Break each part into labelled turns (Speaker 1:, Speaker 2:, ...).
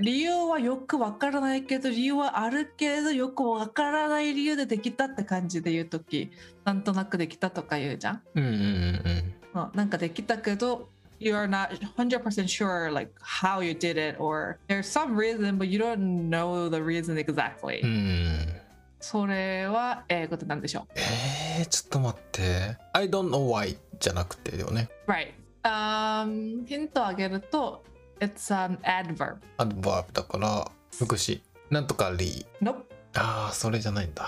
Speaker 1: 理由はよくわからないけど理由はあるけどよくわからない理由でできたって感じで言う時なんとなくできたとか言うじゃん、
Speaker 2: うんうんうん
Speaker 1: うんなんかできたけど you are not 100% sure like how you did it or there's some reason but you don't know the reason exactly、
Speaker 2: うんうん
Speaker 1: それは英語で何でしょ
Speaker 2: えー、ちょっと待って「I don't know why」じゃなくてよね
Speaker 1: う Right、um, ヒントをあげると It's an adverb
Speaker 2: アドバーブだから福祉なんとかリ
Speaker 1: Nope
Speaker 2: ーああそれじゃないんだ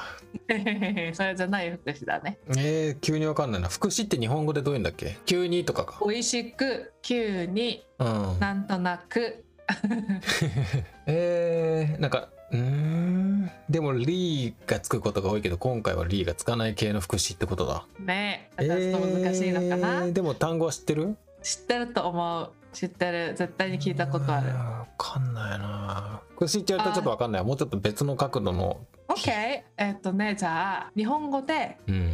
Speaker 1: それじゃない福祉だね
Speaker 2: えー、急にわかんないな福祉って日本語でどういうんだっけ急にとかか
Speaker 1: 美味しく急に
Speaker 2: うん
Speaker 1: なんとなく
Speaker 2: えー、なんかうーんでもリーがつくことが多いけど今回はリーがつかない系の福祉ってことだ
Speaker 1: ねえ、ちょっと難しいのかな、
Speaker 2: えーでも単語は知ってる
Speaker 1: 知ってると思う知ってる絶対に聞いたことある
Speaker 2: わかんないな福祉って言われたらちょっとわかんないもうちょっと別の角度の
Speaker 1: OK えっとねじゃあ日本語で
Speaker 2: うん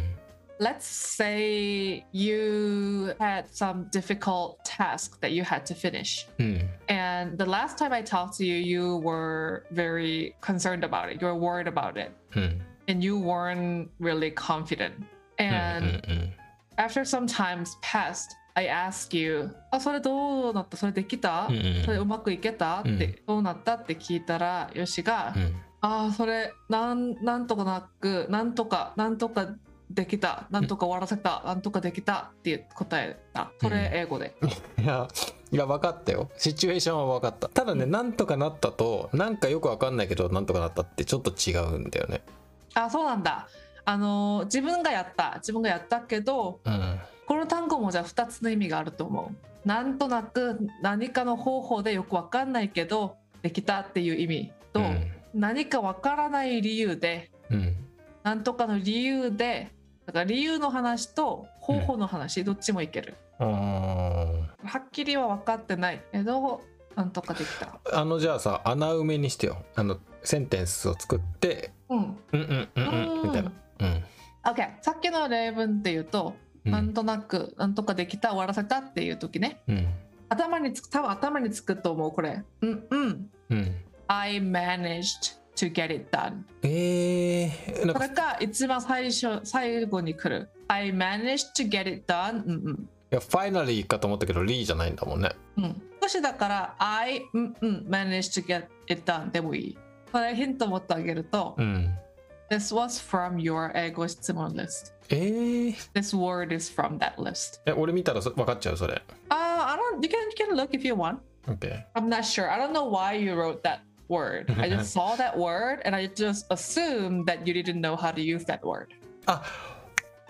Speaker 1: Let's say you had some difficult task that you had to finish
Speaker 2: うん
Speaker 1: and the last time I talked to you you were very concerned about it you were worried about it
Speaker 2: うん、
Speaker 1: and you weren't really confident
Speaker 2: うん
Speaker 1: and、after some times passed, I ask you, あ、それどうなったそれできた、
Speaker 2: うんうんうん
Speaker 1: それうまくいけた、
Speaker 2: うん
Speaker 1: って、どうなったって聞いたら、よしが、
Speaker 2: うん
Speaker 1: ああ、それ、なん、なんとかなく、なんとか、なんとかできた、なんとか終わらせた、なんとかできたって答えた。それ英語で。
Speaker 2: いやいや分かったよシチュエーションは分かったただね、なんとかなったとなんかよく分かんないけどなんとかなったってちょっと違うんだよね
Speaker 1: あ、そうなんだ。あのー自分がやった、自分がやったけど、
Speaker 2: うん
Speaker 1: この単語もじゃあ2つの意味があると思う。なんとなく何かの方法でよくわかんないけど、できたっていう意味と、
Speaker 2: うん
Speaker 1: 何かわからない理由で
Speaker 2: うん
Speaker 1: 何とかの理由でだから理由の話と方法の話、どっちもいける
Speaker 2: あ
Speaker 1: はっきりは分かってないけど何とかできた
Speaker 2: ーあのじゃあさ穴埋めにしてよあのセンテンスを作って
Speaker 1: うん
Speaker 2: うんうんうんうんみたいなうん
Speaker 1: OK さっきの例文っていうと、
Speaker 2: うん
Speaker 1: なんとなく何とかできた終わらせたっていう時ね
Speaker 2: うん
Speaker 1: 頭につく多分頭につくと思うこれうんうん
Speaker 2: うん、
Speaker 1: I managed to get it done
Speaker 2: えー、な
Speaker 1: そ
Speaker 2: んか
Speaker 1: れか一番最初最後に来る I managed to get it done うんうん
Speaker 2: いやファイナリーかと思ったけどリーじゃないんだもんね
Speaker 1: うん、少しだから「I うんうん managed to get it done」でもいい。これヒントもっとあげると、
Speaker 2: うん
Speaker 1: This was from your 英語質問 list.
Speaker 2: えー、
Speaker 1: This word is from that list.
Speaker 2: え俺見たらそ分かっちゃうそれ
Speaker 1: Uh, I don't, you can, you can look if you want.
Speaker 2: OK
Speaker 1: I'm not sure. I don't know why you wrote that word. I just saw that word and I just assumed that you didn't know how to use that word.
Speaker 2: あ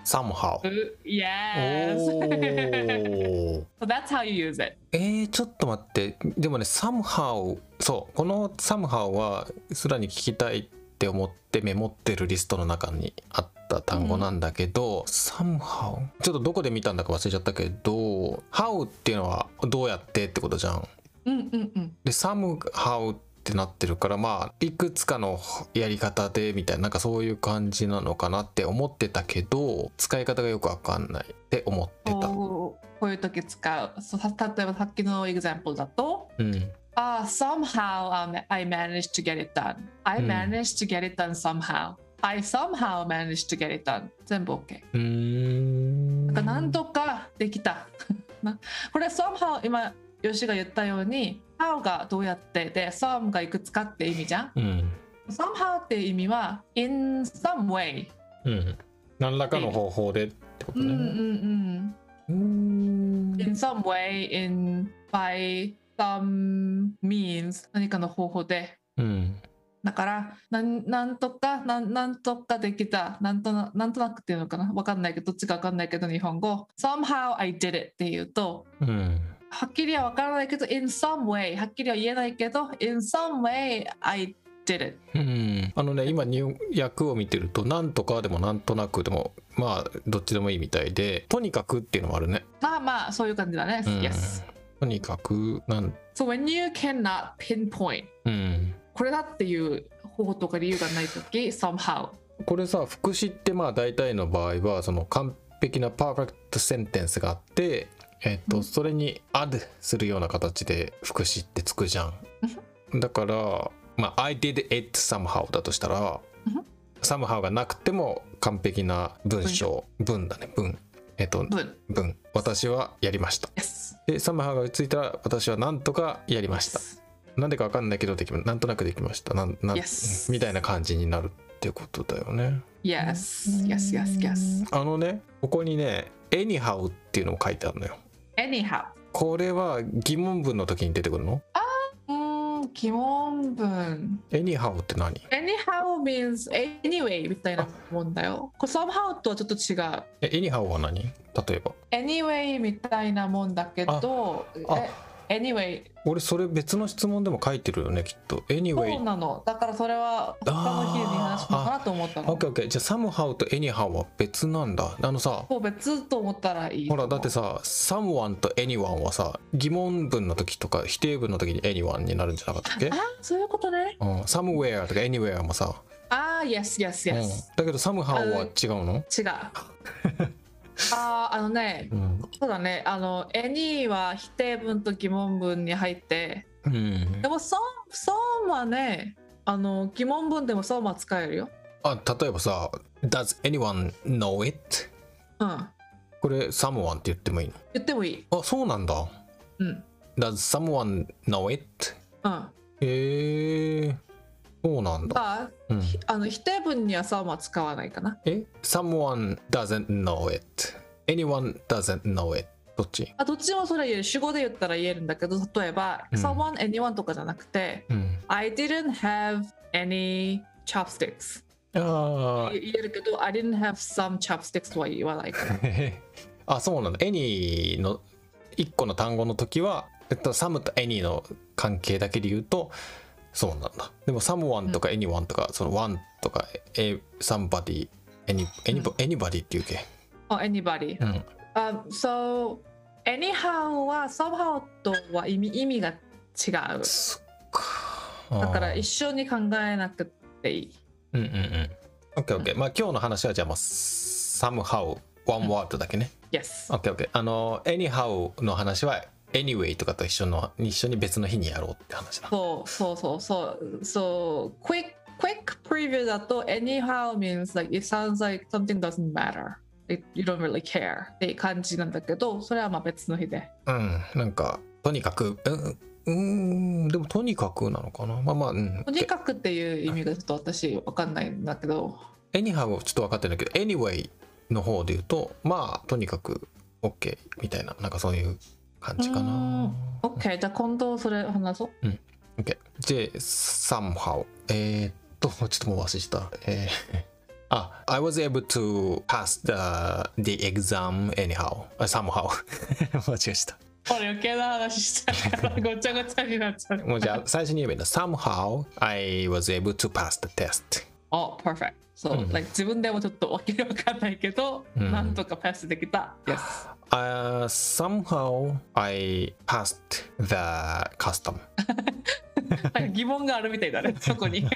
Speaker 2: somehow
Speaker 1: Ooh, Yes.
Speaker 2: Oh. おお
Speaker 1: so that's how you use it.
Speaker 2: えー、ちょっと待ってでもね「somehow」そうこの「somehow」はすらに聞きたいって思ってメモってるリストの中にあった単語なんだけど「somehow」ちょっとどこで見たんだか忘れちゃったけど「how」っていうのはどうやってってことじゃん。
Speaker 1: うんうんうん。
Speaker 2: で「somehow」ってなってるからまあいくつかのやり方でみたいななんかそういう感じなのかなって思ってたけど使い方がよくわかんないって思ってた。
Speaker 1: こう mm. こういう時使う。そうさ例えばさっきの example だと、
Speaker 2: うん、
Speaker 1: Ah, somehow um, I managed to get it done. I
Speaker 2: Hmm.
Speaker 1: managed to get it done somehow. I somehow managed to get it done. 全部 OK。
Speaker 2: うーん
Speaker 1: なんか何とかできた。 なこれ somehow 今、ヨシが言ったように、how がどうやってで、some がいくつかって意味じゃん。
Speaker 2: うん。
Speaker 1: somehow って意味は、in some way。
Speaker 2: うん。何らかの方法でってこと
Speaker 1: うんうん
Speaker 2: ね。
Speaker 1: うん。
Speaker 2: うーん
Speaker 1: in some way, in by some means 何かの方法で。
Speaker 2: うん。
Speaker 1: だからなんなんとかなんなんとかできたなんとななんとなくっていうのかなわかんないけどどっちかわかんないけど日本語 somehow I did it っていうと
Speaker 2: うん。
Speaker 1: はっきりはわからないけど in some way はっきりは言えないけど in some way I did it
Speaker 2: うん、あのね今入訳を見てると「なんとか」でも「なんとなく」でもまあどっちでもいいみたいで「とにかく」っていうのもあるね。
Speaker 1: まあまあそういう感じだね、
Speaker 2: うん
Speaker 1: Yes
Speaker 2: とにかくなん、
Speaker 1: So when you cannot pinpoint
Speaker 2: うん、
Speaker 1: これだっていう方法とか理由がないとき somehow
Speaker 2: これさ副詞ってまあ大体の場合はその完璧なパーフェクトセンテンスがあって、えっと
Speaker 1: うん
Speaker 2: それに「add するような形で副詞ってつくじゃん。だからまあ I did it somehow だとしたら
Speaker 1: うん
Speaker 2: somehow がなくても完璧な文章文だね文えっと
Speaker 1: 文
Speaker 2: 文私はやりました
Speaker 1: Yes
Speaker 2: で somehow がついたら私はなんとかやりましたなんでかわかんないけどできまなんとなくできましたなんなん
Speaker 1: Yes
Speaker 2: みたいな感じになるってことだよね
Speaker 1: Yes Yes Yes Yes
Speaker 2: あのねここにね「anyhow」っていうのも書いてあるのよ
Speaker 1: Anyhow
Speaker 2: これは疑問文の時に出てくるの
Speaker 1: うーん疑問文
Speaker 2: ?anyhow って何
Speaker 1: Anyhow means anyway みたいなもんだよ。これ somehow とはちょっと違う。
Speaker 2: え anyhow は何例えば
Speaker 1: Anyway みたいなもんだけど、
Speaker 2: あ
Speaker 1: え Anyway
Speaker 2: 俺それ別の質問でも書いてるよねきっと
Speaker 1: そう
Speaker 2: anyway
Speaker 1: なの。だからそれは他の日に話すのかなと思ったの。
Speaker 2: OKOK じゃあ somehow と anyhow は別なんだあのさ
Speaker 1: そう別と思ったらいいと
Speaker 2: ほ
Speaker 1: 思う。
Speaker 2: らだってさ someone と anyone はさ疑問文の時とか否定文の時に anyone になるんじゃなかったっけ
Speaker 1: あそういうことね。
Speaker 2: うん、somewhere とか anywhere もさ、
Speaker 1: ああ Yes Yes
Speaker 2: うん
Speaker 1: Yes、、
Speaker 2: だけど somehow は違うの、
Speaker 1: 違う。あ あーあのね
Speaker 2: うん
Speaker 1: そうだねあの Any は否定文と疑問文に入って
Speaker 2: うん
Speaker 1: で、も Some Some はねあの疑問文でも Some は使えるよ。
Speaker 2: あ例えばさ「Does anyone know it?」
Speaker 1: うん
Speaker 2: これ「someone」って言ってもいい
Speaker 1: 言ってもいい。
Speaker 2: のあそうなんだ
Speaker 1: うんうん。
Speaker 2: 「Does someone know it?」
Speaker 1: ま
Speaker 2: へえそうなんだ、
Speaker 1: あ
Speaker 2: うん、
Speaker 1: あの否定文にはさまあ使わないかな。
Speaker 2: え someone doesn't know it anyone doesn't know it どっち
Speaker 1: あどっちもそれ言える主語で言ったら言えるんだけど例えば、
Speaker 2: うん
Speaker 1: someone anyone とかじゃなくて
Speaker 2: うん
Speaker 1: I didn't have any chopsticks
Speaker 2: あ
Speaker 1: 言えるけど I didn't have some chopsticks とは言わない から。
Speaker 2: ーあそうなんだ any の一個の単語の時は、えっと、some と any の関係だけで言うとそうなんだでも someone とか anyone とか、その one とかえ somebody any, any, anybody っていうけ
Speaker 1: Oh, anybody.
Speaker 2: うん
Speaker 1: Um, so anyhow は somehow とは意味意味が違う。
Speaker 2: そっかあー
Speaker 1: だから一緒に考えなくていい。
Speaker 2: うんうんうん。オッケーオッケー。まあ今日の話はじゃあまあ somehow one word だけね。
Speaker 1: Yes.
Speaker 2: オッケーオッケー。あの anyhow の話は anyway とかと一緒の一緒に別の日にやろうって話だ。
Speaker 1: そうそうそうそう。So quick quick preview だと anyhow means like it sounds like something doesn't matter. It, you don't really care って感じなんだけど、それはまあ別の日で。
Speaker 2: うん。なんかとにかくうんうんでもとにかくなのかな。まあまあうん
Speaker 1: と。にかくっていう意味がちょっと私わかんないんだけど。
Speaker 2: anyhow ちょっと分かってないけど anyway の方で言うとまあとにかく OK みたいななんかそういう感じか
Speaker 1: うー。
Speaker 2: なん
Speaker 1: OK、じゃあ今度それ話そう。
Speaker 2: OK。で、somehow。えーっと、ちょっともう忘れした。えー、 あ、I was able to pass the, the exam anyhow. あ somehow. 間違えした。
Speaker 1: これ余計な話したからごちゃごちゃになっちゃう。
Speaker 2: もうじゃあ、最初に言えばいいんだ。somehow I was able to pass the test.
Speaker 1: お、perfect。そう、
Speaker 2: うん
Speaker 1: like 自分でもちょっとわけわかんないけど、
Speaker 2: うん
Speaker 1: なんとかパスできた。Yes。
Speaker 2: Uh, somehow I passed the custom.
Speaker 1: なんか疑問があるみたいだね、そこに。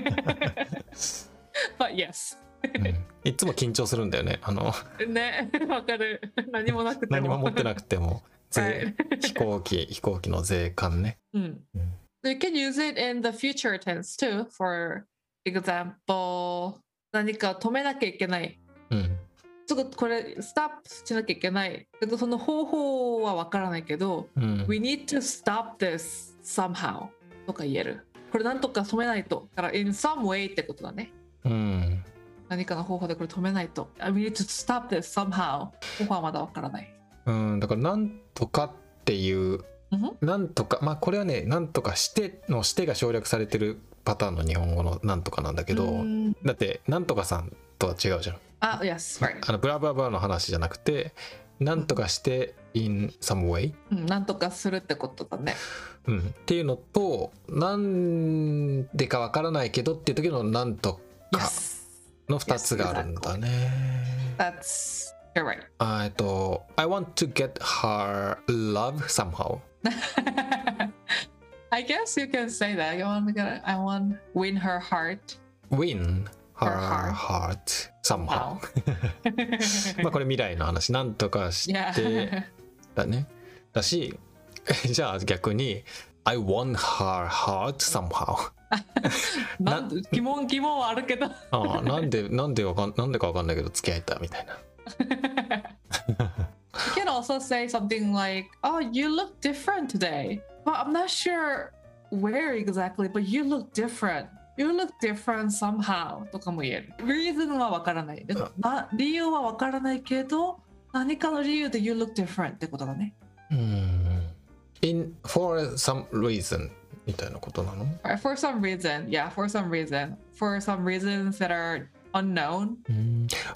Speaker 1: But yes。
Speaker 2: うんいつも緊張するんだよね。あの、
Speaker 1: ね、 わかる。何もなくても。
Speaker 2: 何も持ってなくて も。
Speaker 1: はい
Speaker 2: 税飛行機、飛行機の税関ね。
Speaker 1: うん。You can use it in the future tense too. For example, 何か止めなきゃいけない。
Speaker 2: うん。
Speaker 1: ちょっとこれ、ストップしなきゃいけない。けど、その方法はわからないけど、
Speaker 2: うん。
Speaker 1: We need to stop this somehow とか言える。これなんとか止めないと。だから in some way ってことだね。
Speaker 2: うん
Speaker 1: 何かの方法でこれ止めないと。I- We need to stop this somehow。方法はまだわからない。
Speaker 2: うん、だからなんとかっていう
Speaker 1: うんふん
Speaker 2: なんとかまあこれはねなんとかしてのしてが省略されてるパターンの日本語のなんとかなんだけど、
Speaker 1: うん
Speaker 2: だってなんとかさんとは違うじゃん
Speaker 1: あ、yes, right.
Speaker 2: あのブラブラブラの話じゃなくてなんとかして in some way、
Speaker 1: うん、なんとかするってことだね。
Speaker 2: うん、っていうのとなんでかわからないけどっていう時のなんとか
Speaker 1: Yes.
Speaker 2: の2つがあるんだね。
Speaker 1: That's you're right.
Speaker 2: あえっと「I want to get her love somehow
Speaker 1: I guess you can say that. You want to get, I want win her heart.
Speaker 2: win her
Speaker 1: Her
Speaker 2: heart somehow」
Speaker 1: Wow.
Speaker 2: まあこれ未来の話なんとかして
Speaker 1: yeah.
Speaker 2: だねだしじゃあ逆に「 I won her heart somehow
Speaker 1: なん 疑問疑問はあるけど
Speaker 2: ああなんでなんでわかんなんでかわかんないけど付き合えたみたいな
Speaker 1: You can also say something like, "Oh, you look different today." Well, I'm not sure where exactly, but you look different. You look different somehow とかも言える。Reason はわからない。な理由はわからないけど、何かの理由で You look different ってことだね。
Speaker 2: うん。In for some reason みたいなことなの
Speaker 1: Alright, For some reason, yeah, for some reason, for some reasons that are unknown.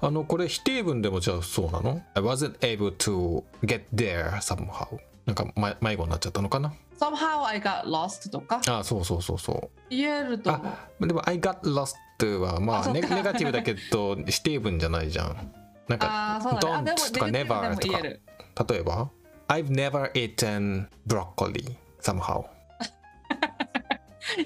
Speaker 2: あのこれ否定文でもじゃあそうなの ?I wasn't able to get there somehow なんか、ま、迷子になっちゃったのかな
Speaker 1: Somehow I got lost とか
Speaker 2: ああそうそうそうそう
Speaker 1: 言えると思う。
Speaker 2: あでも「I got lost」はま
Speaker 1: あ
Speaker 2: あ
Speaker 1: そっ
Speaker 2: ネ
Speaker 1: か
Speaker 2: ネガティブだけど否定文じゃないじゃん。な
Speaker 1: あ
Speaker 2: んか
Speaker 1: あ、
Speaker 2: 「
Speaker 1: そうだね。あ
Speaker 2: don't」とか「
Speaker 1: でも
Speaker 2: never」
Speaker 1: ネガティブで
Speaker 2: と
Speaker 1: も言
Speaker 2: か
Speaker 1: える。
Speaker 2: 例えば「I've never eaten broccoli somehow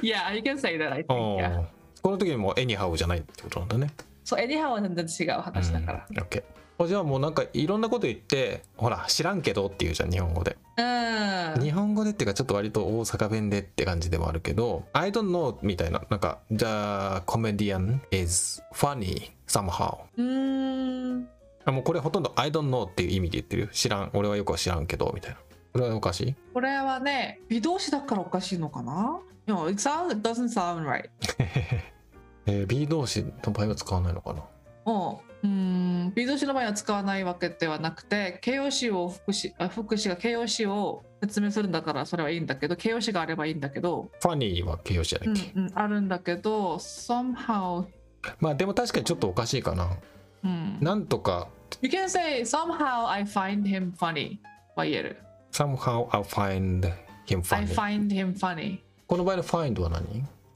Speaker 1: Yeah, you can say that, I」think.
Speaker 2: あ
Speaker 1: Yeah.
Speaker 2: ーこの時にも「anyhow」じゃないってことなんだね。
Speaker 1: そう、エニハは全然違う話だから。
Speaker 2: うん OK あじゃあもうなんかいろんなこと言ってほら知らんけどっていうじゃん日本語で、
Speaker 1: うん。
Speaker 2: 日本語でっていうかちょっと割と大阪弁でって感じでもあるけど「I don't know」みたいななんか「The comedian is funny somehow」
Speaker 1: うーん。
Speaker 2: あもうこれほとんど「I don't know」っていう意味で言ってるよ知らん俺はよくは知らんけどみたいなこれはおかしい
Speaker 1: これはね、微動詞だからおかしいのかな ?No, it sounds, it doesn't sound right.
Speaker 2: えー B 動詞の場合は使わないのかな
Speaker 1: もう、うーん、微動詞の場合は使わないわけではなくて、形容詞を副詞、あ副詞が形容詞を説明するんだからそれはいいんだけど、形容詞があればいいんだけど、
Speaker 2: 「funny」は形容詞じゃ
Speaker 1: う
Speaker 2: ないっけ、
Speaker 1: ん、うん、あるんだけど、somehow,
Speaker 2: まあでも確かにちょっとおかしいかな
Speaker 1: うん。
Speaker 2: なんとか
Speaker 1: You can say, somehow I find him funny は言える。
Speaker 2: 「somehow I find him
Speaker 1: I
Speaker 2: funny」
Speaker 1: find him funny.
Speaker 2: この場合の「find」は何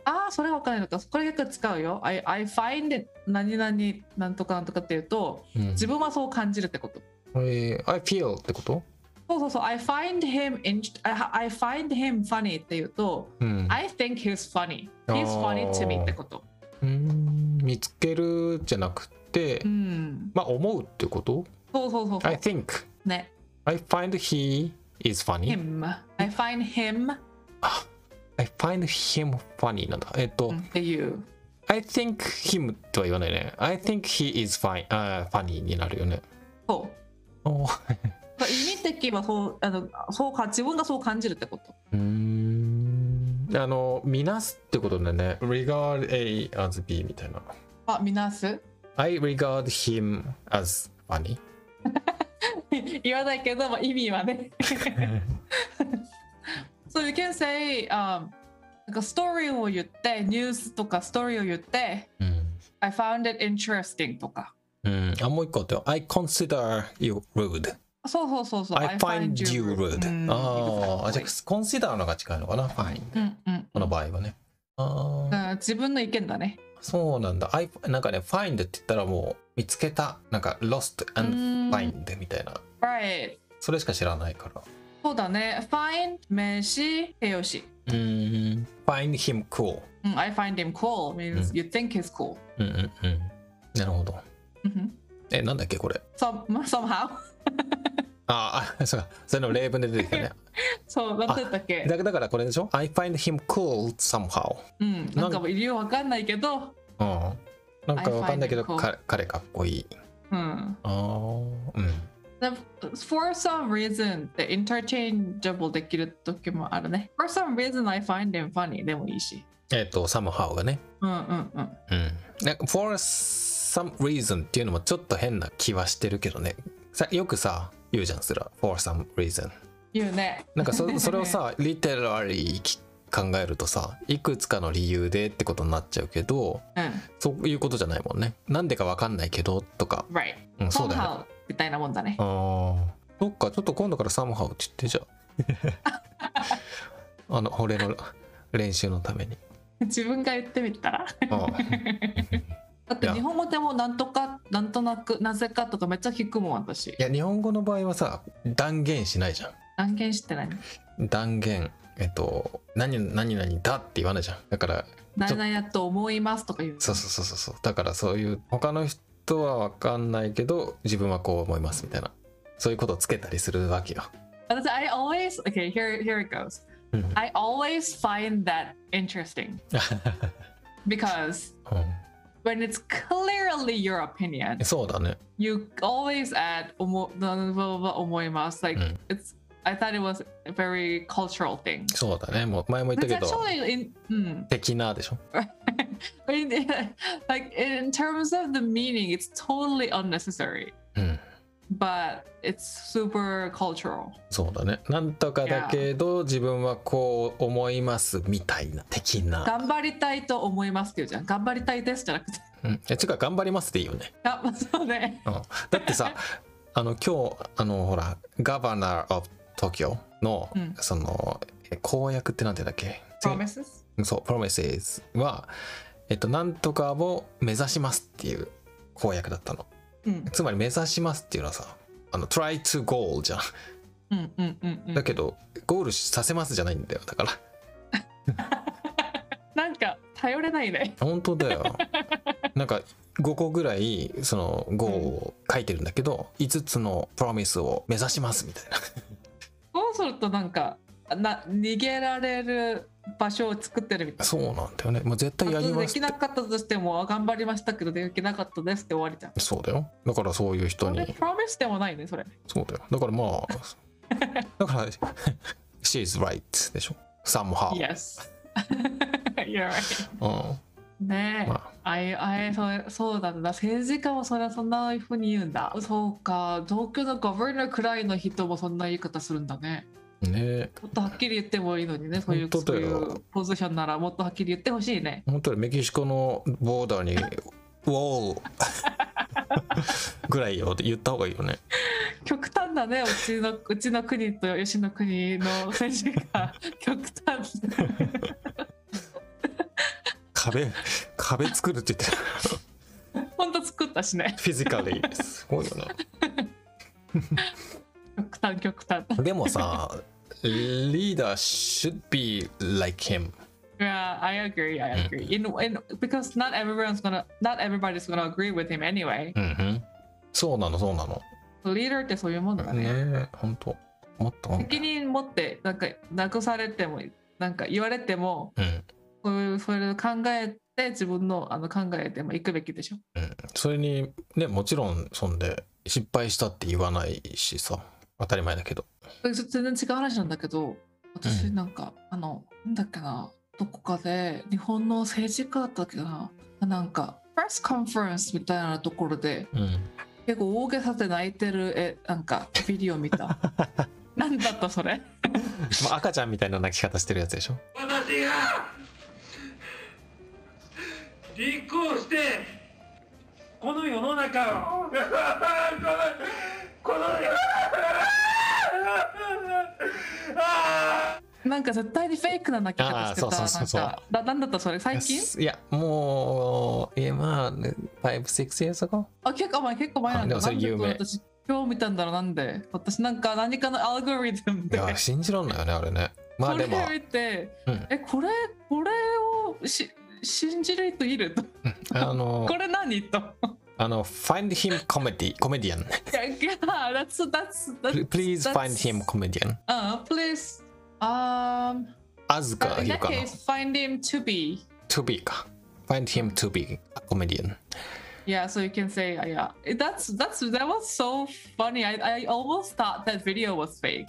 Speaker 1: ああ、それわかんないのか。これよく使うよ。I, I find it 何々なんとかなんとかっていうと、
Speaker 2: うん
Speaker 1: 自分はそう感じるってこと。
Speaker 2: えー I feel ってこと
Speaker 1: そうそうそう。I find him, in, I, I find him funny っていうと、
Speaker 2: うん、
Speaker 1: I think he's funny. He's
Speaker 2: あ
Speaker 1: funny
Speaker 2: ー
Speaker 1: to me ってこと。
Speaker 2: うーん見つけるじゃなくて、
Speaker 1: うん。
Speaker 2: まあ思うってこと
Speaker 1: そうそうそうそう。
Speaker 2: ?I think
Speaker 1: ね。
Speaker 2: I find he is funny
Speaker 1: him. I find him っ
Speaker 2: あ I find him funny なんだえっ、と、
Speaker 1: ていう。
Speaker 2: I think him とは言わないね。I think he is fine, あー funny になるよね。
Speaker 1: そう。
Speaker 2: おー
Speaker 1: だから意味的にはそうあのそうか自分がそう感じるってこと。
Speaker 2: うーん。あの、みなすってことだね。regard A as B みたいな。
Speaker 1: あ、みなす
Speaker 2: I regard him as funny.
Speaker 1: 言わないけど、まあ、意味はね。So you can say, um, なんかストーリーを言って、ニュースとかストーリーを言って、
Speaker 2: うん。
Speaker 1: I found it interesting とか。
Speaker 2: うん、あ、もう一個あったよ。I consider you rude.
Speaker 1: そうそうそうそう。
Speaker 2: I find you rude.
Speaker 1: うん
Speaker 2: ああ、じゃあ
Speaker 1: exactly
Speaker 2: consider のが近いのかな ?fine。
Speaker 1: うんうん
Speaker 2: この場合はね。ああ。
Speaker 1: うん自分の意見だね。
Speaker 2: そうなんだ。I なんかね、find って言ったらもう見つけた、なんか lost
Speaker 1: う
Speaker 2: and
Speaker 1: ん
Speaker 2: find みたいな。
Speaker 1: Right.
Speaker 2: それしか知らないから。
Speaker 1: そうだね。Find 名詞形容詞。
Speaker 2: うーん。find him cool。
Speaker 1: うん I find him cool means
Speaker 2: うん
Speaker 1: you think he's cool.
Speaker 2: うんうんうん。なるほど。
Speaker 1: うんうん
Speaker 2: え、なんだっけこれ。
Speaker 1: Some somehow.
Speaker 2: ああ、そうか。それの例文で出てきた ね。
Speaker 1: そう、なんて言ったっけ
Speaker 2: だだからこれでしょ ?I find him cool somehow。
Speaker 1: うん。なんか理由わかんないけど、
Speaker 2: うん。なんかわかんないけど、
Speaker 1: I find him cool
Speaker 2: か彼かっこいい。
Speaker 1: うん。
Speaker 2: ああ、うん。
Speaker 1: で For some reason って interchangeable できる時もあるね。For some reason I find him funny でもいいし。
Speaker 2: えっ、と、somehow がね。
Speaker 1: うんうんうん。
Speaker 2: うん。なんか for some reason っていうのもちょっと変な気はしてるけどね。さよくさ、言うじゃんすら。for some reason。
Speaker 1: 言うね。
Speaker 2: なん かそそれをさ、リテラリーき考えるとさ、いくつかの理由でってことになっちゃうけど、
Speaker 1: うん。
Speaker 2: そういうことじゃないもんね。なんでかわかんないけどとか。
Speaker 1: Right.
Speaker 2: うん、そうだよね。
Speaker 1: Somehow みたいなもんだね。
Speaker 2: ああ。そっか、ちょっと今度からサムハウって言ってじゃ あ。あの、俺の練習のために。
Speaker 1: 自分が言ってみたら。
Speaker 2: ああ
Speaker 1: だって
Speaker 2: いや
Speaker 1: 日本語でもなんとか、なんとなく、なぜかとかめっちゃ聞くもん私
Speaker 2: い。や、日本語の場合はさ、断言しないじゃ
Speaker 1: 断言してない。
Speaker 2: ん。断言。えっと、何何々だって言わないじゃん。だから、
Speaker 1: 何々やと思いますとか言う。
Speaker 2: そうそうそうそうそう。だからそういう、他の人はわかんないけど、自分はこう思いますみたいな。そういうことをつけたりするわけよ。
Speaker 1: But I always, okay, here, here it goes.
Speaker 2: うん
Speaker 1: I always find that interesting
Speaker 2: う
Speaker 1: because when it's clearly your opinion,
Speaker 2: んそうだね
Speaker 1: you always add 思思います like
Speaker 2: うん
Speaker 1: it's I thought it was a very cultural thing.
Speaker 2: そうだねもう前も言った
Speaker 1: It's
Speaker 2: けど
Speaker 1: actually in うん。
Speaker 2: 的なでしょ
Speaker 1: I mean, like in terms of the meaning, it's totally unnecessary,
Speaker 2: うん
Speaker 1: but it's super cultural.
Speaker 2: そうだねなんとかだけど自分はこう思いますみたいな的な、
Speaker 1: 頑張りたいと思いますっていうじゃん。頑張りたいですじゃなくて。
Speaker 2: うん、え違う頑張りますでいいよね
Speaker 1: あ、 そうね。
Speaker 2: だっ てさあの今日あのほらガバナー・オブ・東京の、
Speaker 1: うん
Speaker 2: そのえ公約ってなんて言うんだっけ
Speaker 1: Promises?
Speaker 2: そう、Promises は、えっと、なんとかを目指しますっていう公約だったの。
Speaker 1: うん。
Speaker 2: つまり目指しますっていうのはさ、あの、try to goal じゃん。
Speaker 1: うんうんうんうん。
Speaker 2: だけど、ゴールさせますじゃないんだよ。だから、
Speaker 1: なんか頼れないね。
Speaker 2: 本当 だよ。なんか、5個ぐらい、その、ゴールを書いてるんだけど、5つの promise を目指しますみたいな。
Speaker 1: そうするとなんかな逃げられる場所を作ってるみたいな。
Speaker 2: そうなんだよね。もう絶対やりま
Speaker 1: ですき
Speaker 2: って
Speaker 1: な。かったとしてもあ頑張りましたけどできなかったですって終わりじゃん。
Speaker 2: そうだよ。だからそういう人
Speaker 1: それ
Speaker 2: に。
Speaker 1: promise でもないねそれ。
Speaker 2: そうだよ。だからまあ、 だから、she's right でしょ。somehow。
Speaker 1: Yes. You're right.
Speaker 2: うん。
Speaker 1: ねえ。
Speaker 2: まあ、
Speaker 1: あいあいそうそうなんだ政治家もそりゃそんなふうに言うんだそうか東京のガバナーくらいの人もそんな言い方するんだね
Speaker 2: ね
Speaker 1: もっとはっきり言ってもいいのにねそういう
Speaker 2: 本当
Speaker 1: そう
Speaker 2: だ
Speaker 1: い
Speaker 2: よ
Speaker 1: うポジションならもっとはっきり言ってほしいね
Speaker 2: 本当にメキシコのボーダーに、ウォー ぐらいよって言った方がいいよね。
Speaker 1: 極端だねうちのうちの国と吉野国の選手が極端
Speaker 2: 壁、壁作るって言ってる。
Speaker 1: 本当作ったしね
Speaker 2: フィジカリー。すごいよね。
Speaker 1: 極端極端
Speaker 2: でもさ、リーダー should be like him.
Speaker 1: yeah I agree I agree in, in, because not everyone's gonna not everybody's gonna agree with him anyway
Speaker 2: うんうん。そうなの、そうなの。
Speaker 1: leader ってそういうもんだね
Speaker 2: ねえ、本当もっと。
Speaker 1: 責任持ってなんかなくされてもなんか言われても
Speaker 2: うん。
Speaker 1: そういうそれを考えて自分のあの考えても行くべきでしょ
Speaker 2: うん、それにねもちろんそんで失敗したって言わないしさ当たり前だけど
Speaker 1: それ全然違う話なんだけど私
Speaker 2: うん
Speaker 1: なんか、あのなんだっけなどこかで日本の政治家だったっけななんかプレスカンファレンスみたいなところで
Speaker 2: うん
Speaker 1: 結構大げさで泣いてるえなんかビデオ見た なんだったそれ
Speaker 2: まあ赤ちゃんみたいな泣き方してるやつでしょ
Speaker 3: 私が立候補してこの世の中を このこの
Speaker 1: なんか絶対にフェイクな泣き方してた
Speaker 2: あーそうそうそうそう
Speaker 1: なんかななんだったそれ最近
Speaker 2: いやもうえまあ56 years ago
Speaker 1: あ、結構前、結構前なんだ。
Speaker 2: あでもそれ有名
Speaker 1: なんで私、今日見たんだろう、なんで。私、なんか何かのアルゴリズム
Speaker 2: い
Speaker 1: で、
Speaker 2: や信じらんないよねあれねまあ
Speaker 1: それ
Speaker 2: でも
Speaker 1: を見て、
Speaker 2: うん
Speaker 1: え、これ、これをし信じる人いると。
Speaker 2: あの
Speaker 1: これ何 と。
Speaker 2: あの Find him comedy comedian
Speaker 1: いや、いや、that's, that's, that's,
Speaker 2: please
Speaker 1: that's-
Speaker 2: find him comedian
Speaker 1: あ、please. Um,
Speaker 2: あずか
Speaker 1: in
Speaker 2: 言
Speaker 1: that
Speaker 2: うかな
Speaker 1: case, find him to be.
Speaker 2: to be か Find him to be a comedian
Speaker 1: Yeah, so you can say, yeah. That's, that's, that was so funny. I, I almost thought that video was fake.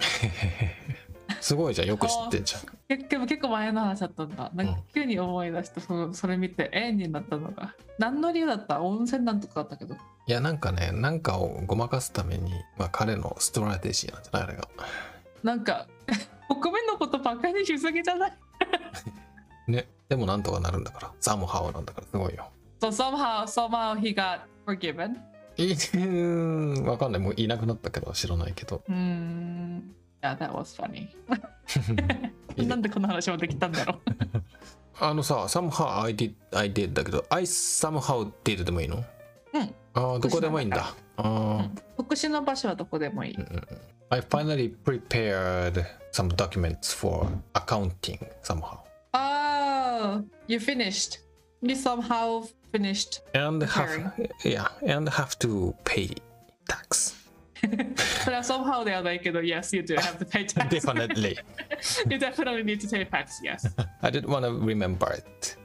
Speaker 2: すごいじゃんよく知ってんじゃ ん
Speaker 1: 結でも結構前の話だったんだ。なん
Speaker 2: う
Speaker 1: か
Speaker 2: ん
Speaker 1: 急に思い出して、そのそれ見て、えになったのが。何の理由だった温泉なんとかだったけど。
Speaker 2: いやなんかねなんかをごまかすために、まあ、彼のストラテジーなんじゃないあれが
Speaker 1: なんか、 国民のことばっかりしすぎじゃない
Speaker 2: ねでもなんとかなるんだからサムハオなんだからすごいよ
Speaker 1: ?So somehow, somehow he got forgiven.
Speaker 2: いうんわかんないもういなくなったけど知らないけ ど
Speaker 1: うーん。Yeah, that was funny.
Speaker 2: いいね
Speaker 1: なんでこの話もできたんだろう。
Speaker 2: あのさ somehow I did, I did だけど I somehow did でもいいの
Speaker 1: うん
Speaker 2: ああどこでもいいんだあ
Speaker 1: 特殊な場所はどこでもいい。
Speaker 2: あ I finally prepared some documents for accounting somehow
Speaker 1: Oh, you finished. You somehow finished.
Speaker 2: and have yeah and have to pay tax
Speaker 1: それは somehow ではないけど、yes, you do have to pay tax.
Speaker 2: Definitely.
Speaker 1: you definitely need to pay tax, yes.
Speaker 2: I did want to remember it.